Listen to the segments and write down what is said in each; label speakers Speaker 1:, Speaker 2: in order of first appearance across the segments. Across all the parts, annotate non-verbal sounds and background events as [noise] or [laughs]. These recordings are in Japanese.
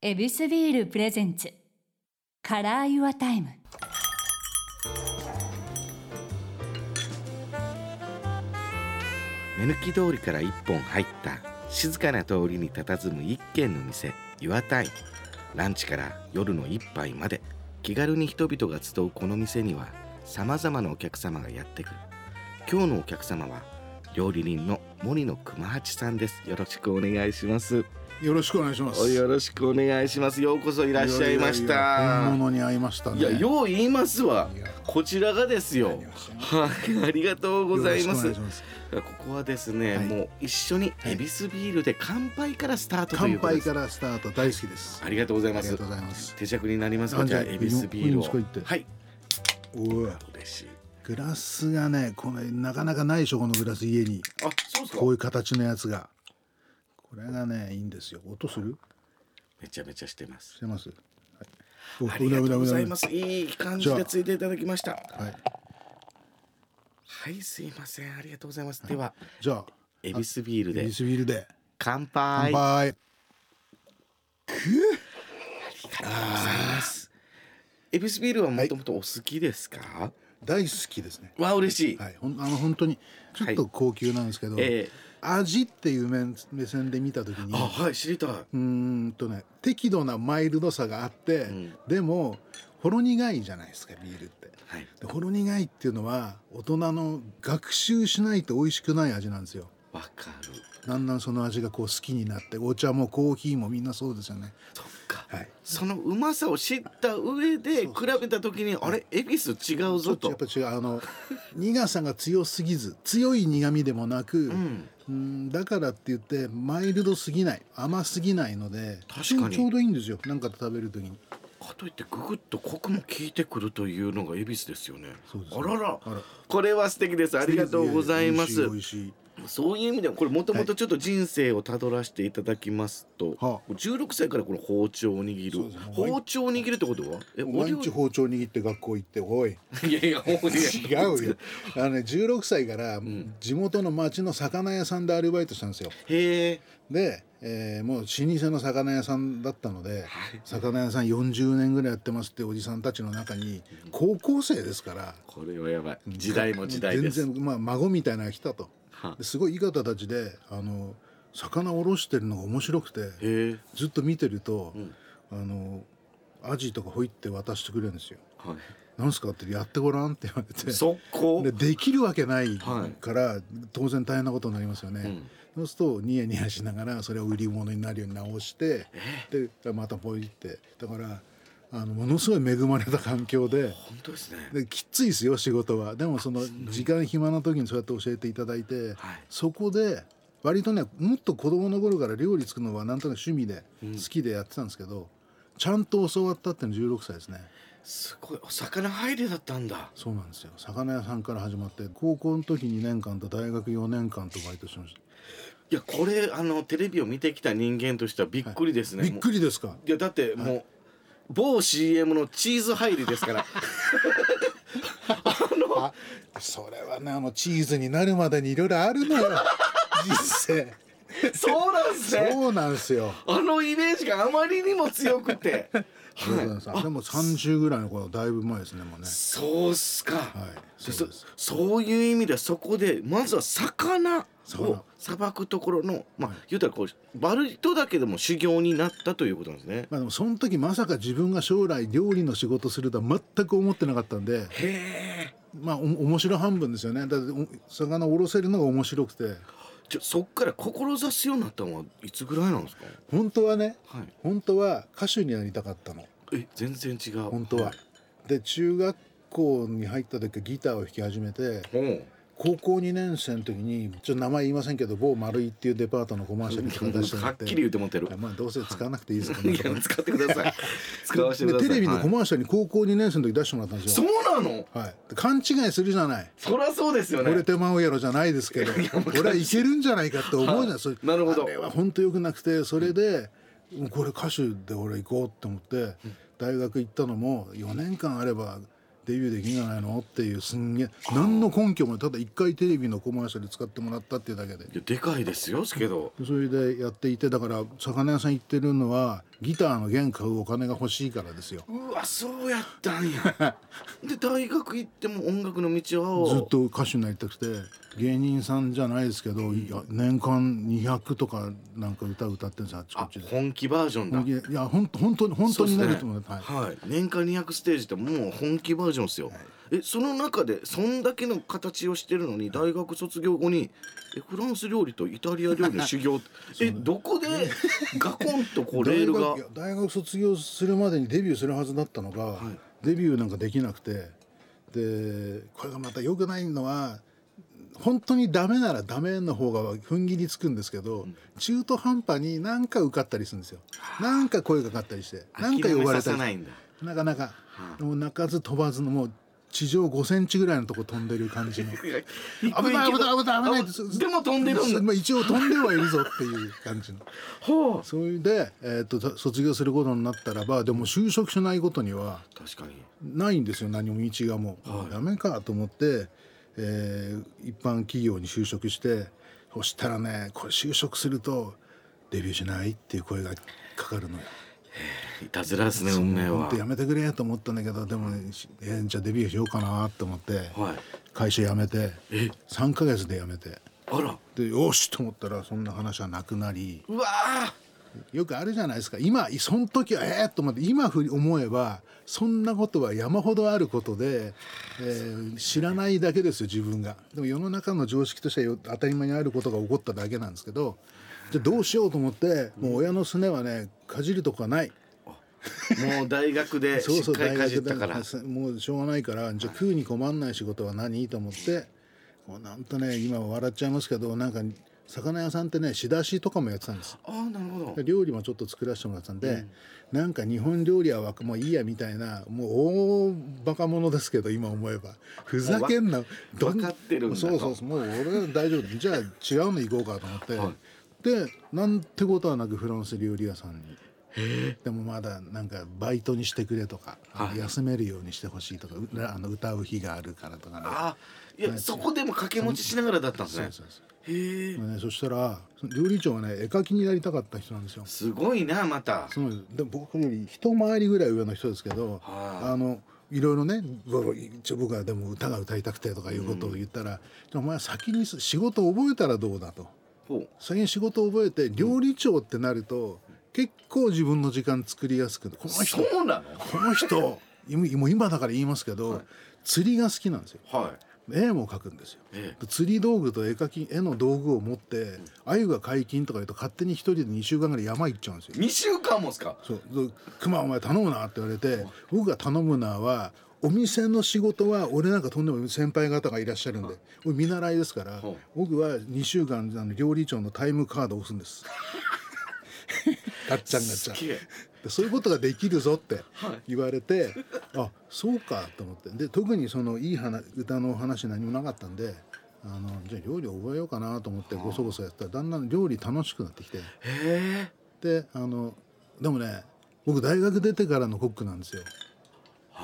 Speaker 1: エビスビールプレゼンツカラーユアタイム
Speaker 2: 目抜き通りから一本入った静かな通りに佇む一軒の店岩田井ランチから夜の一杯まで気軽に人々が集うこの店にはさまざまなお客様がやってくる今日のお客様は料理人の森野熊八さんですよろしくお願いします
Speaker 3: よろしくお願いします。
Speaker 2: およろしくお願いしますようこそいらっしゃいました
Speaker 3: や本物に会いましたね。
Speaker 2: いやよう言いますわ
Speaker 3: いや
Speaker 2: こちらがですよはいありがとうございます
Speaker 3: よろしくお願いします
Speaker 2: ここはですね、
Speaker 3: はい
Speaker 2: もう一緒に
Speaker 3: はい
Speaker 2: エビスビールで乾杯からスタートとい
Speaker 3: 乾
Speaker 2: うことで
Speaker 3: 杯
Speaker 2: す。
Speaker 3: からスタート大好きです。
Speaker 2: ありがとうござい
Speaker 3: あ
Speaker 2: ま
Speaker 3: り
Speaker 2: す
Speaker 3: がとう。ございます。
Speaker 2: 手酌になりますが、
Speaker 3: あ
Speaker 2: じ
Speaker 3: じ
Speaker 2: ゃ
Speaker 3: ゃ
Speaker 2: あ
Speaker 3: あ
Speaker 2: エビスビールを。
Speaker 3: いいんですか行って
Speaker 2: はい。
Speaker 3: おい
Speaker 2: 嬉しい。
Speaker 3: グラスがね、これなかなかないでしょこのグラス家に
Speaker 2: あ、そうですか
Speaker 3: こういう形のやつが。これがねいいんですよ。音する？
Speaker 2: めちゃめちゃしてます
Speaker 3: し。てます。はいお。
Speaker 2: ありがとうございますす。いい感じでついていただきました。
Speaker 3: うなうなうなはい。
Speaker 2: はい、すいません。ありがとうございます。では、
Speaker 3: じゃあ
Speaker 2: エビスビール
Speaker 3: エ
Speaker 2: で
Speaker 3: ビスビールで
Speaker 2: 乾
Speaker 3: 乾
Speaker 2: 杯。あ
Speaker 3: 杯。
Speaker 2: りがとうございます。エビスビールはもともとお好きですか。
Speaker 3: 大好きですね。
Speaker 2: わあ、嬉しい。
Speaker 3: はい、ほんあの本当にちょっと高級なんですけど、
Speaker 2: ええ
Speaker 3: 味っていう面目線で見た時に
Speaker 2: あ、はい、知りたい。
Speaker 3: うーんとね適度なマイルドさがあって、
Speaker 2: ん
Speaker 3: でもほろ苦いじゃないですかビールって。
Speaker 2: はい。
Speaker 3: でほろ苦いっていうのは大人の学習しないと美味しくない味なんですよ。
Speaker 2: わかる。
Speaker 3: だんだんその味がこう好きになってお茶もコーヒーもみんなそうですよね。
Speaker 2: そっか。
Speaker 3: はい、
Speaker 2: そのうまさを知った上で比べた時にあれ恵比寿違う
Speaker 3: ちょ
Speaker 2: ぞ
Speaker 3: っとやっ
Speaker 2: と
Speaker 3: ぱ違うあの [laughs] 苦さが強すぎず強い苦みでもなく、
Speaker 2: ん
Speaker 3: うんだからって言ってマイルドすぎない甘すぎないので
Speaker 2: 確かに
Speaker 3: ちょうどいいんですよなんかと食べる時に
Speaker 2: かといってググッとコクも効いてくるというのが恵比寿ですよね
Speaker 3: そうです
Speaker 2: あ
Speaker 3: ね
Speaker 2: らら
Speaker 3: あら
Speaker 2: これは素敵ですありがとうございま
Speaker 3: いや
Speaker 2: す
Speaker 3: や美味しい美味しい
Speaker 2: そういう意味ではこれもともとちょっと人生をたどらせていただきますと、
Speaker 3: はあ
Speaker 2: 16歳からこの包丁を握
Speaker 3: そう
Speaker 2: る、
Speaker 3: ですね
Speaker 2: 包丁を握るってことはえお
Speaker 3: 毎
Speaker 2: 料
Speaker 3: 日包丁握って学校行っておい
Speaker 2: 理いやいやお料理
Speaker 3: 違う
Speaker 2: [laughs]
Speaker 3: よあのね16歳から地元の町の魚屋さんでアルバイトしたんですよ
Speaker 2: へえ
Speaker 3: で、えーもう老舗の魚屋さんだったので、魚屋さん40年ぐらいやってますっておじさんたちの中に高校生ですから
Speaker 2: これはやばい時代も時代です
Speaker 3: 全然、まあ、孫みたいなのが来たと
Speaker 2: は
Speaker 3: ですごいいい方たちであの魚おろしてるのが面白くて
Speaker 2: へえ
Speaker 3: ずっと見てると、あのアジとかほいって渡してくれるんですよ。
Speaker 2: は
Speaker 3: なんすかってやってごらんって言われて
Speaker 2: い速攻
Speaker 3: でできるわけない
Speaker 2: はい
Speaker 3: から、当然大変なことになりますよね、そうするとニヤニヤしながらそれを売り物になるように直してでまたポイってだからあのものすごい恵まれた環境で
Speaker 2: 本当ですね
Speaker 3: できついですよ仕事はでもその時間暇な時にそうやって教えていただいて、
Speaker 2: はい
Speaker 3: そこで割とねもっと子供の頃から料理作るのはなんとなく趣味で好きでやってたんですけど、ちゃんと教わったっていうの16歳ですね。
Speaker 2: すごいお魚入れだったんだ
Speaker 3: そうなんですよ魚屋さんから始まって高校の時2年間と大学4年間とバイトしまし
Speaker 2: いやこれあのテレビを見てきた人間としてはびっくりです
Speaker 3: た
Speaker 2: ね、
Speaker 3: びっくりですか
Speaker 2: りいやだってもう、某 CM のチーズ入りですから
Speaker 3: あそれはねあのチーズになるまでにいろいろあるのよ [laughs] 人生
Speaker 2: [laughs] そうなんですね
Speaker 3: そうなんですよ
Speaker 2: あのイメージがあまりにも強くて
Speaker 3: そうなんですでも30ぐらいの頃だいぶ前ですねもうね
Speaker 2: そうっすか、
Speaker 3: はい
Speaker 2: そ
Speaker 3: そう
Speaker 2: そ
Speaker 3: です
Speaker 2: そういう意味ではそこでまずは魚
Speaker 3: 魚
Speaker 2: をさばくところのまあ言うたらこうバルトだけでも修行になったということなんですね
Speaker 3: まあでもその時まさか自分が将来料理の仕事するとは全く思ってなかったんで
Speaker 2: へえ
Speaker 3: まあお面白半分ですよねだってお魚おろせるのが面白くて
Speaker 2: じゃそっから志すようになったのはいつぐらいなんですか
Speaker 3: 本当はね
Speaker 2: はい
Speaker 3: 本当は歌手になりたかったの
Speaker 2: え全然違う
Speaker 3: 本当は。で中学校に入った時ギターを弾き始めて
Speaker 2: ほう
Speaker 3: 高校2年生の時にちょっと名前言いませんけど某丸井っていうデパートのコマーシャルに出してもら
Speaker 2: はっ
Speaker 3: って
Speaker 2: きり言ってもってる
Speaker 3: あまあどうせ使わなくていいですから
Speaker 2: [laughs] い
Speaker 3: ね
Speaker 2: や使ってく
Speaker 3: [laughs]
Speaker 2: ださい使わせてくだ
Speaker 3: で
Speaker 2: さ
Speaker 3: テ
Speaker 2: い
Speaker 3: レビの
Speaker 2: は
Speaker 3: コ
Speaker 2: い
Speaker 3: マーシャルに高校2年生の時出してもらったんです
Speaker 2: そ
Speaker 3: よ、
Speaker 2: うなの
Speaker 3: はい、で勘違いするじゃない
Speaker 2: そりゃそうですよ
Speaker 3: 「俺
Speaker 2: ね
Speaker 3: 手間をやろ」じゃないですけど俺はいけるんじゃないかって思うじゃない、それ
Speaker 2: なるほど
Speaker 3: あれは本当良くなくてそれで、もうこれ歌手で俺行こうって思って大学行ったのも4年間あればデビューできんじゃないのっていうすんげえ何の根拠もただ1回テレビのコマーシャル使ってもらったっていうだけで
Speaker 2: いやでかいですよけど
Speaker 3: それでやっていてだから魚屋さん行ってるのはギターの弦買うお金が欲しいからですよ
Speaker 2: うわそうやったん
Speaker 3: [laughs]
Speaker 2: やで大学行っても音楽の道を
Speaker 3: ずっと歌手になりたくて芸人さんじゃないですけど、いや年間200とかなんか歌歌ってるんですよあっちこ
Speaker 2: あ
Speaker 3: っちで。
Speaker 2: 本気バージョンだ
Speaker 3: 本気でいや本当本当に本当になると思う、
Speaker 2: は、
Speaker 3: は
Speaker 2: は
Speaker 3: いい、
Speaker 2: い、年間200ステージってもう本気バージョンですよ、えその中でそんだけの形をしてるのに大学卒業後にえフランス料理とイタリア料理の修行えどこでガコンとこうレールが
Speaker 3: 大学いや大学卒業するまでにデビューするはずだったのが、デビューなんかできなくてでこれがまた良くないのは本当にダメならダメの方が踏ん切りつくんですけど、中途半端になんか受かったりするんですよなんか声がかかったりしてなんか呼ばれ
Speaker 2: 諦めさ
Speaker 3: た
Speaker 2: せ
Speaker 3: り
Speaker 2: ないんだ
Speaker 3: なかなか、もう鳴かず飛ばずのもう地上5センチぐらいのとこ飛んでる
Speaker 2: [laughs]
Speaker 3: 感じの危ない危ない危ない危ない
Speaker 2: あでも飛んでるんだ
Speaker 3: まあ一応飛んではいるぞっていう感じの。
Speaker 2: ほう
Speaker 3: それで、えー、とた卒業することになったらばでも就職しないことには
Speaker 2: 確かに
Speaker 3: ないんですよ何も道がもう、ダメかと思って、えー一般企業に就職してそしたらねこれ就職するとデビューしないっていう声がかかるのよ。
Speaker 2: いたずらですね運命
Speaker 3: 本
Speaker 2: は
Speaker 3: 当やめてくれと思ったんだけどでも、ねしえーじゃあデビューしようかなと思って
Speaker 2: はい
Speaker 3: 会社辞めて3ヶ月で辞めて
Speaker 2: あら
Speaker 3: でよしと思ったらそんな話はなくなり。
Speaker 2: うわー
Speaker 3: よくあるじゃないですか今その時はえーっと思って今ふり思えばそんなことは山ほどあることで、えー知らないだけですよ自分がでも世の中の常識としてはよ当たり前にあることが起こっただけなんですけどじゃあどうしようと思ってもう親のすねはねかじるとこはない
Speaker 2: もう大学で
Speaker 3: そう
Speaker 2: し
Speaker 3: そ
Speaker 2: っ
Speaker 3: う
Speaker 2: かり
Speaker 3: 大
Speaker 2: かじっ
Speaker 3: 学
Speaker 2: た
Speaker 3: だ
Speaker 2: か
Speaker 3: かららもうしょうがないからじゃあ食うに困んない仕事は何と思ってこうなんとね今は笑っちゃいますけどなんか魚屋さんってね仕出しとかもやってたんです
Speaker 2: あーなるほど
Speaker 3: 料理もちょっと作らせてもらったんで、なんか日本料理はわもういいやみたいなもう大バカ者ですけど今思えばふざけんなどん
Speaker 2: わかってるんだと
Speaker 3: そうそうそうもう俺は大丈夫じゃあ違うの行こうかと思って、
Speaker 2: は
Speaker 3: でなんてことはなくフランス料理屋さんに。でもまだなんかバイトにしてくれとか、
Speaker 2: はい
Speaker 3: 休めるようにしてほしいとかうあの歌う日があるからとかね
Speaker 2: あいやそこでも掛け持ちしながらだったんです
Speaker 3: そう
Speaker 2: ね
Speaker 3: そうそう
Speaker 2: へえ
Speaker 3: まあねそしたら料理長はね絵描きになりたかった人なんですよ
Speaker 2: すごいなまた
Speaker 3: そうですでも僕より一回りぐらい上の人ですけど、
Speaker 2: はい
Speaker 3: あのいろいろね僕一応僕はでも歌が歌いたくてとかいうことを言ったら「お前先に仕事覚えたらどうだ」と
Speaker 2: ほう
Speaker 3: 先に仕事覚えて料理長ってなると、結構自分の時間作りやすくこの人
Speaker 2: そうなの
Speaker 3: この人今もう今だから言いますけど、釣りが好きなんですよ。
Speaker 2: はい
Speaker 3: 絵も描くんですよ、
Speaker 2: え
Speaker 3: 釣り道具と絵描き絵の道具を持って鮎が解禁とか言うと勝手に一人で2週間ぐらい山行っちゃうんですよ
Speaker 2: 2週間もですか
Speaker 3: そうで「熊お前頼むな」って言われて僕が頼むなはお店の仕事は俺なんかとんでもない先輩方がいらっしゃるんで俺見習いですから
Speaker 2: はい
Speaker 3: 僕は2週間あの料理長のタイムカードを押すんです
Speaker 2: [laughs]
Speaker 3: ガッチャンガッチ
Speaker 2: す
Speaker 3: ャン
Speaker 2: げえ
Speaker 3: でそういうことができるぞって言われて、あそうかと思ってで特にそのいい話歌のお話何もなかったんであのじゃあ料理覚えようかなと思ってごそごそやってたらだんだん料理楽しくなってきて。
Speaker 2: へえ
Speaker 3: であのでもね僕大学出てからのコックなんですよ、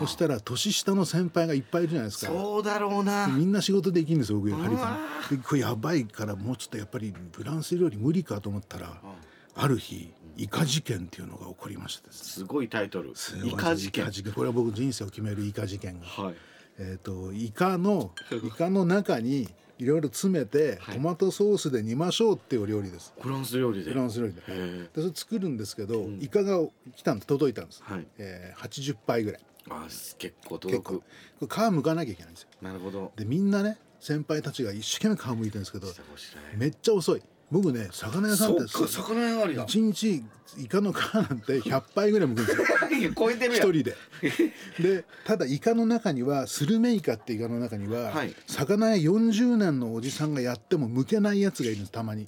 Speaker 3: そしたら年下の先輩がいっぱいいるじゃないですか
Speaker 2: そうだろうな
Speaker 3: みんな仕事できるんですよ僕よりハリ
Speaker 2: うわ
Speaker 3: カンでこれやばいからもうちょっとやっぱりフランス料理無理かと思ったらある日イカ事件っていうのが起こりましてですね
Speaker 2: すごいタイトル
Speaker 3: すごい
Speaker 2: イカ事件
Speaker 3: イカこれは僕人生を決めるイカ事件が、
Speaker 2: はい
Speaker 3: えー、とイカのイカの中にいろいろ詰めて
Speaker 2: はい
Speaker 3: トマトソースで煮ましょうっていうお料理です
Speaker 2: フランス料理で
Speaker 3: フランス料理で
Speaker 2: へえ
Speaker 3: でそれ作るんですけど、イカが来たんで届いたんです、
Speaker 2: はい
Speaker 3: えー、80杯ぐらい
Speaker 2: あす結構届
Speaker 3: 結構こ
Speaker 2: く
Speaker 3: れ皮むかなきゃいけないんですよ
Speaker 2: なるほど
Speaker 3: でみんなね先輩たちが一生懸命皮むいてるんですけど
Speaker 2: 下ごしらえ
Speaker 3: めっちゃ遅い僕ね魚屋さんって
Speaker 2: そっか魚屋ありだ
Speaker 3: 一日イカの皮なんて100杯ぐらいむくんですよ
Speaker 2: いや超えてる
Speaker 3: 一
Speaker 2: やん
Speaker 3: 人ででただイカの中にはスルメイカってイカの中には、
Speaker 2: はい
Speaker 3: 魚屋40年のおじさんがやっても向けないやつがいるんですたまに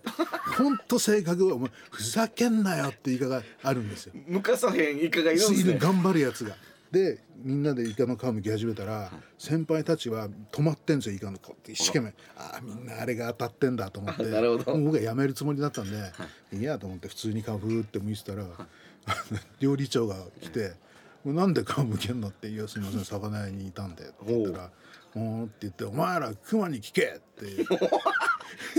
Speaker 3: ほんと性格はお前ふざけんなよってイカがあるんですよ
Speaker 2: むかさへんイカがいるんで
Speaker 3: い
Speaker 2: す
Speaker 3: る
Speaker 2: ね
Speaker 3: 頑張るやつが。でみんなでイカの皮むき始めたら先輩たちは止まってんですよイカのこうって一生懸命ああみんなあれが当たってんだと思って
Speaker 2: あ [laughs] なるほど
Speaker 3: もう僕はやめるつもりだったんで、い、いやと思って普通に皮ふーって剥いてたら、あの [laughs] 料理長が来て「もうなんで皮むけんの?」って「いやすみません魚屋にいたんで」って言ったら「おーって言って「お前ら熊に聞け!」って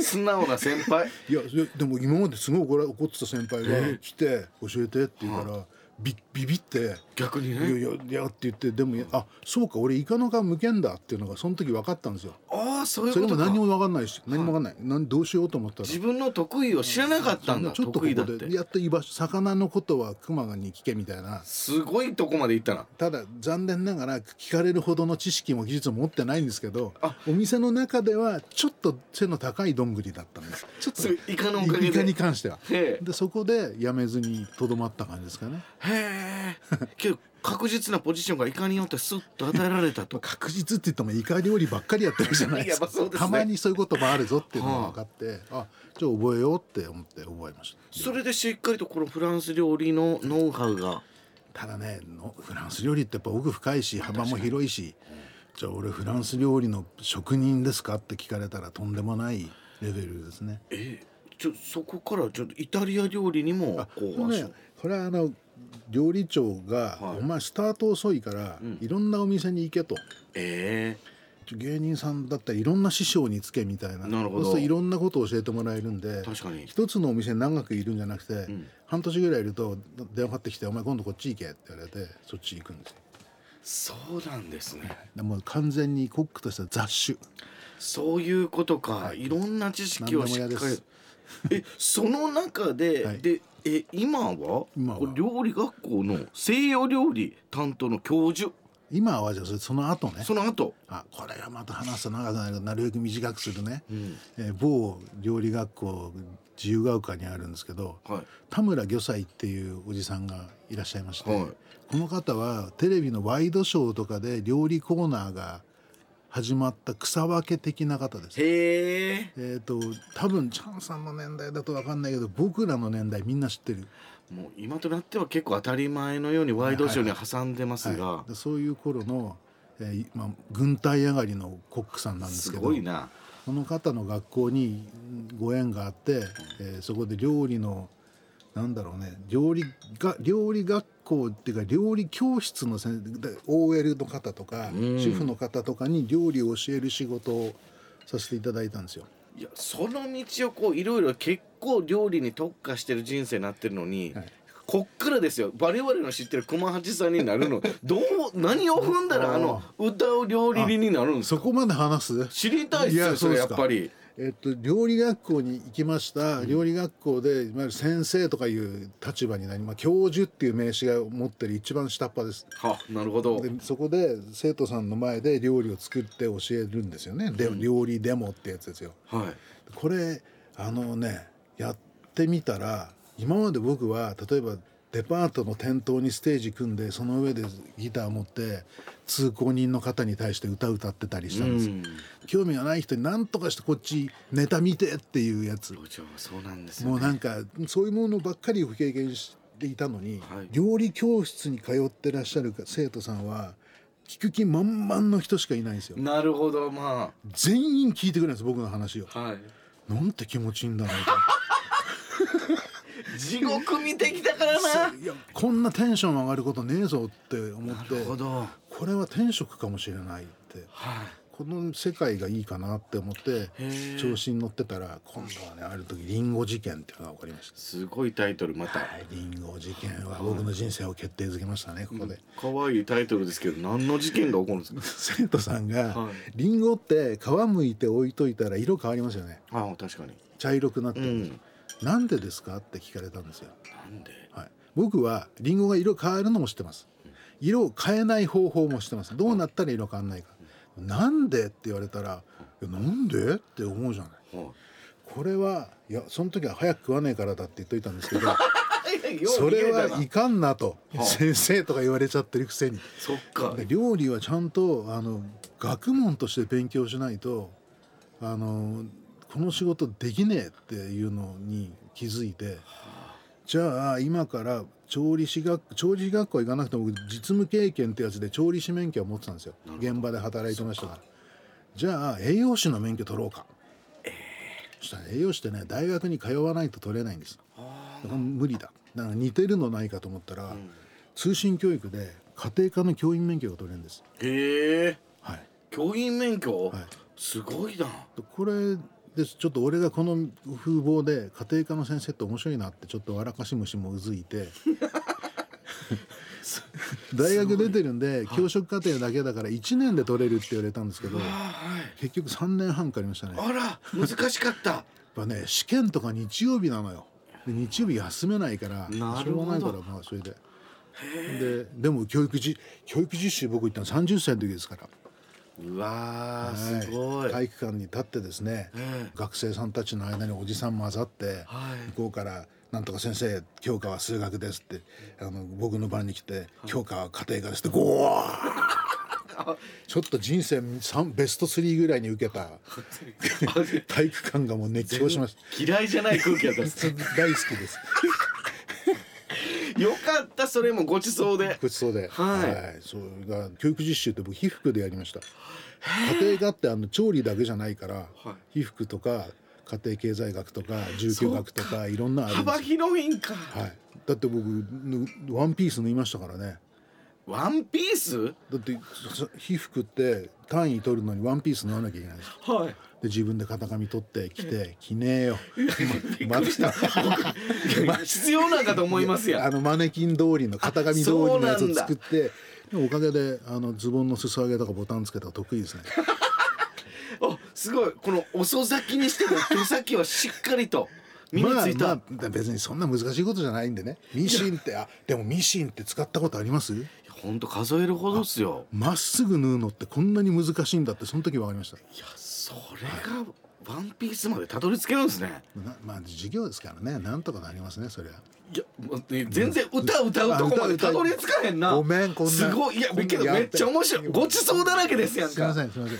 Speaker 2: 素直な先輩
Speaker 3: いやででも今まですごい怒ら怒ってた先輩が来て「教えて」って言うから、ビビビって
Speaker 2: 逆に
Speaker 3: 「いやいやいや」って言ってでも「あそうか俺イカの皮むけんだ」っていうのがその時分かったんですよ。
Speaker 2: ああそういう
Speaker 3: そ
Speaker 2: こ
Speaker 3: れ
Speaker 2: と
Speaker 3: も
Speaker 2: か
Speaker 3: 何も分かんないし何も分かんない、なんどうしようと思ったら
Speaker 2: 自分の得意を知らなかったんだ
Speaker 3: ちょっとここ
Speaker 2: 得意だって
Speaker 3: でやっと居場所魚のことは熊に聞けみたいな
Speaker 2: すごいとこまで行ったな
Speaker 3: ただ残念ながら聞かれるほどの知識も技術も持ってないんですけど
Speaker 2: あ
Speaker 3: お店の中ではちょっと背の高いどんぐりだったんです
Speaker 2: ちょっとそれイカのおか
Speaker 3: い
Speaker 2: げ
Speaker 3: イカ
Speaker 2: で
Speaker 3: に
Speaker 2: へ
Speaker 3: 関しては
Speaker 2: え
Speaker 3: でそこでやめずにとどまった感じですかね
Speaker 2: へえけど確実なポジションがイカによってスッと与えられた [laughs]
Speaker 3: まあ
Speaker 2: と
Speaker 3: 確実って言ってもイカ料理ばっかりやってるじゃないですか
Speaker 2: いやまあそうですね
Speaker 3: たまにそういうこともあるぞっていうのが分かって、あじゃあ覚えようって思って覚えました
Speaker 2: それでしっかりとこのフランス料理のノウハウが
Speaker 3: ただねのフランス料理ってやっぱ奥深いし幅も広いし、じゃあ俺フランス料理の職人ですかって聞かれたらとんでもないレベルですね。
Speaker 2: えちょそこからちょっとイタリア料理にも
Speaker 3: あ
Speaker 2: こ
Speaker 3: で
Speaker 2: う
Speaker 3: もね
Speaker 2: 足を
Speaker 3: これはあの料理長が、
Speaker 2: はい
Speaker 3: お前スタート遅いから、
Speaker 2: うん
Speaker 3: いろんなお店に行けと。
Speaker 2: え
Speaker 3: 芸人さんだったらいろんな師匠につけみたいな
Speaker 2: なるほど
Speaker 3: そうするといろんなことを教えてもらえるんで
Speaker 2: え確かに
Speaker 3: 一つのお店に長くいるんじゃなくて、
Speaker 2: ん
Speaker 3: 半年ぐらいいると電話かかってきて「お前今度こっち行け」って言われてそっち行くんですよ
Speaker 2: そうなんですね
Speaker 3: でもう完全にコックとしては雑種
Speaker 2: そういうことか、い、ろんな知識を
Speaker 3: 何
Speaker 2: し
Speaker 3: でも
Speaker 2: っ
Speaker 3: 嫌
Speaker 2: か
Speaker 3: で
Speaker 2: り
Speaker 3: す
Speaker 2: えその中で、
Speaker 3: はい
Speaker 2: でえ今は
Speaker 3: 今は
Speaker 2: これ料理学校の西洋料理担当の教授
Speaker 3: 今はじゃあそれその後ね
Speaker 2: その後、
Speaker 3: あこれがまた話すと長くなるからなるべく短くするね、
Speaker 2: うん
Speaker 3: えー某料理学校自由が丘にあるんですけど
Speaker 2: はい、
Speaker 3: 田村魚斎っていうおじさんがいらっしゃいまして、
Speaker 2: はい
Speaker 3: この方はテレビのワイドショーとかで料理コーナーが始まった草分け的な方です。
Speaker 2: へえ
Speaker 3: えー、と多分チャンさんの年代だと分かんないけど僕らの年代みんな知ってる、
Speaker 2: もう今となっては結構当たり前のようにワイドショーに挟んでますが、
Speaker 3: はいでそういう頃の、えーまあ、軍隊上がりのコックさんなんです
Speaker 2: す
Speaker 3: けど
Speaker 2: ごいな
Speaker 3: この方の学校にうんご縁があって、えーそこで料理のなんだろうね料理が料理学校っていうか料理教室の先で OL の方とか、
Speaker 2: うん
Speaker 3: 主婦の方とかに料理を教える仕事をさせていただいたんですよ。
Speaker 2: いやその道をこういろいろ結構料理に特化してる人生になってるのに、
Speaker 3: はい
Speaker 2: こっからですよ我々の知ってる熊八さんになる
Speaker 3: [laughs]
Speaker 2: のどう何を踏んだらあの歌う料理人になるんです
Speaker 3: そ
Speaker 2: か
Speaker 3: こまで話す
Speaker 2: 知りたいっす
Speaker 3: い
Speaker 2: よ
Speaker 3: や
Speaker 2: それ
Speaker 3: そ
Speaker 2: や
Speaker 3: うっ
Speaker 2: っ
Speaker 3: すか
Speaker 2: ぱり
Speaker 3: えっと、料理学校に行きました、料理学校でいわゆる先生とかいう立場になり、まあ、教授っていう名詞が持ってる一番下っ端です
Speaker 2: はなるほど
Speaker 3: でそこで生徒さんの前で料理を作って教えるんですよね、で料理デモってやつですよ
Speaker 2: はい
Speaker 3: これあのねやってみたら今まで僕は例えばデパートの店頭にステージ組んでその上でギター持って通行人の方に対して歌歌ってたりした
Speaker 2: うん
Speaker 3: ですよ
Speaker 2: ん
Speaker 3: 興味がない人に何とかしてこっちネタ見てっていうやつ
Speaker 2: 路上はそうなんですよ、
Speaker 3: もう
Speaker 2: ね、
Speaker 3: なんかそういうものばっかりを経験していたのに、
Speaker 2: はい
Speaker 3: 料理教室に通ってらっしゃる生徒さんは聞く気満々の人しかいないんですよ
Speaker 2: なるほどま
Speaker 3: 全員聞いてくれるんです僕の話を
Speaker 2: あはい
Speaker 3: なんて気持ちいいんだろ
Speaker 2: [laughs]
Speaker 3: う
Speaker 2: 地獄見てきたから
Speaker 3: と
Speaker 2: な
Speaker 3: そういやこんなテンション上がることねえぞって思
Speaker 2: な
Speaker 3: っ
Speaker 2: るほ
Speaker 3: て
Speaker 2: どはい
Speaker 3: これは天職かもしれないってこの世界がいいかなって思って
Speaker 2: へえ
Speaker 3: 調子に乗ってたら今度はねある時リンゴ事件っていうのが起こりました
Speaker 2: すごいタイトルまた、
Speaker 3: はい、リンゴ事件は僕の人生を決定づけましたね、ここで。
Speaker 2: 可愛いタイトルですけど何の事件が起こるんですか
Speaker 3: 生徒さんが、
Speaker 2: はい
Speaker 3: リンゴって皮むいて置いといたら色変わりますよね。
Speaker 2: ああ確かに
Speaker 3: 茶色くなって
Speaker 2: う
Speaker 3: る、
Speaker 2: ん
Speaker 3: なんでですかって聞かれたんですよ。
Speaker 2: なんで
Speaker 3: はい、僕はリンゴが色変えるのも知ってます。色を変えない方法も知ってます。どうなったら色変わんないか。なんでって言われたら、いやなんでって思うじゃない。
Speaker 2: は
Speaker 3: これは、いや、その時は早く食わねえからだって言っといたんです
Speaker 2: [laughs]
Speaker 3: けど。
Speaker 2: い
Speaker 3: それはいかんなと
Speaker 2: はあ
Speaker 3: 先生とか言われちゃってるくせに
Speaker 2: そっか
Speaker 3: で料理はちゃんとあの学問として勉強しないとあのこの仕事できねえっていうのに気づいてじゃあ今から調理師学調理師学校行かなくても僕実務経験ってやつで調理師免許を持ってたんですよ現場で働いてましたからじゃあ栄養士の免許取ろうか、そしたら栄養士ってね大学に通わないと取れないんですだから無理だだから似てるのないかと思ったら、通信教育で家庭科の教員免許が取れるんです
Speaker 2: へえ
Speaker 3: はい、
Speaker 2: 教員免許、
Speaker 3: はい
Speaker 2: すごいな
Speaker 3: これでちょっと俺がこの風貌で家庭科の先生って面白いなってちょっと笑かし虫もうずい [laughs] て大学出てるんで教職課程だけだから1年で取れるって言われたんですけど
Speaker 2: はい
Speaker 3: 結局3年半かかりましたねやっ
Speaker 2: あら難しかった
Speaker 3: ぱね試験とか日曜日なのよで日曜日休めないから
Speaker 2: な
Speaker 3: し
Speaker 2: る
Speaker 3: ょ
Speaker 2: ほど
Speaker 3: うがないからまあそれでででも教育じ教育実習僕行ったの30歳の時ですから
Speaker 2: うわ
Speaker 3: は
Speaker 2: ーすごい、 [laughs]
Speaker 3: 体育館に立ってですね、
Speaker 2: ええ
Speaker 3: 学生さんたちの間におじさん混ざって、
Speaker 2: はい
Speaker 3: 向こうから「なんとか先生教科は数学です」ってあの僕の番に来て「教科は家庭科です」ってゴー [laughs] ちょっと人生三ベスト3ぐらいに受けた体育館がもう熱狂しました
Speaker 2: 嫌いじゃない空気だったん
Speaker 3: [laughs]
Speaker 2: です
Speaker 3: 大好きです
Speaker 2: よかったそれもごちそうで
Speaker 3: ごちそうで、
Speaker 2: はい
Speaker 3: それが教育実習って僕被服でやりました家庭科ってあの調理だけじゃないから、
Speaker 2: は
Speaker 3: 被服とか家庭経済学とか住居学とかいろんなあるんで
Speaker 2: 幅
Speaker 3: すよ
Speaker 2: 広いんか
Speaker 3: はい、だって僕ぬワンピース縫いましたからね
Speaker 2: ワンピース
Speaker 3: だってそ被服って単位取るのにワンピース縫わなきゃいけないでしょ
Speaker 2: はい
Speaker 3: で自分で型紙取って着て着ねえよ [laughs] ままた
Speaker 2: 必要なんかと思いますやん
Speaker 3: あのマネキン通りの型紙通りのやつを作ってでもおかげであのズボンの裾上げとかボタンつけとか得意
Speaker 2: [laughs]
Speaker 3: ですね
Speaker 2: あすごいこの遅咲きにしても手先はしっかりと身についた、
Speaker 3: まあ、まあ、別にそんな難しいことじゃないんでねミシンってあでもミシンって使ったことあります
Speaker 2: ほんと数えるほどっすよ
Speaker 3: まっすぐ縫うのってこんなに難しいんだってその時分かりました
Speaker 2: いやそれがワンピースまでたどり着けるんですね
Speaker 3: なまあ授業ですからねなんとかなりますねそりゃ
Speaker 2: いやもうね全然歌歌うとこまでたどり着かへんな
Speaker 3: ごめんこんな
Speaker 2: すごいいや
Speaker 3: こんな
Speaker 2: けど
Speaker 3: やって
Speaker 2: めっちゃ面白いごちそうだらけですやんか
Speaker 3: すいませんすいません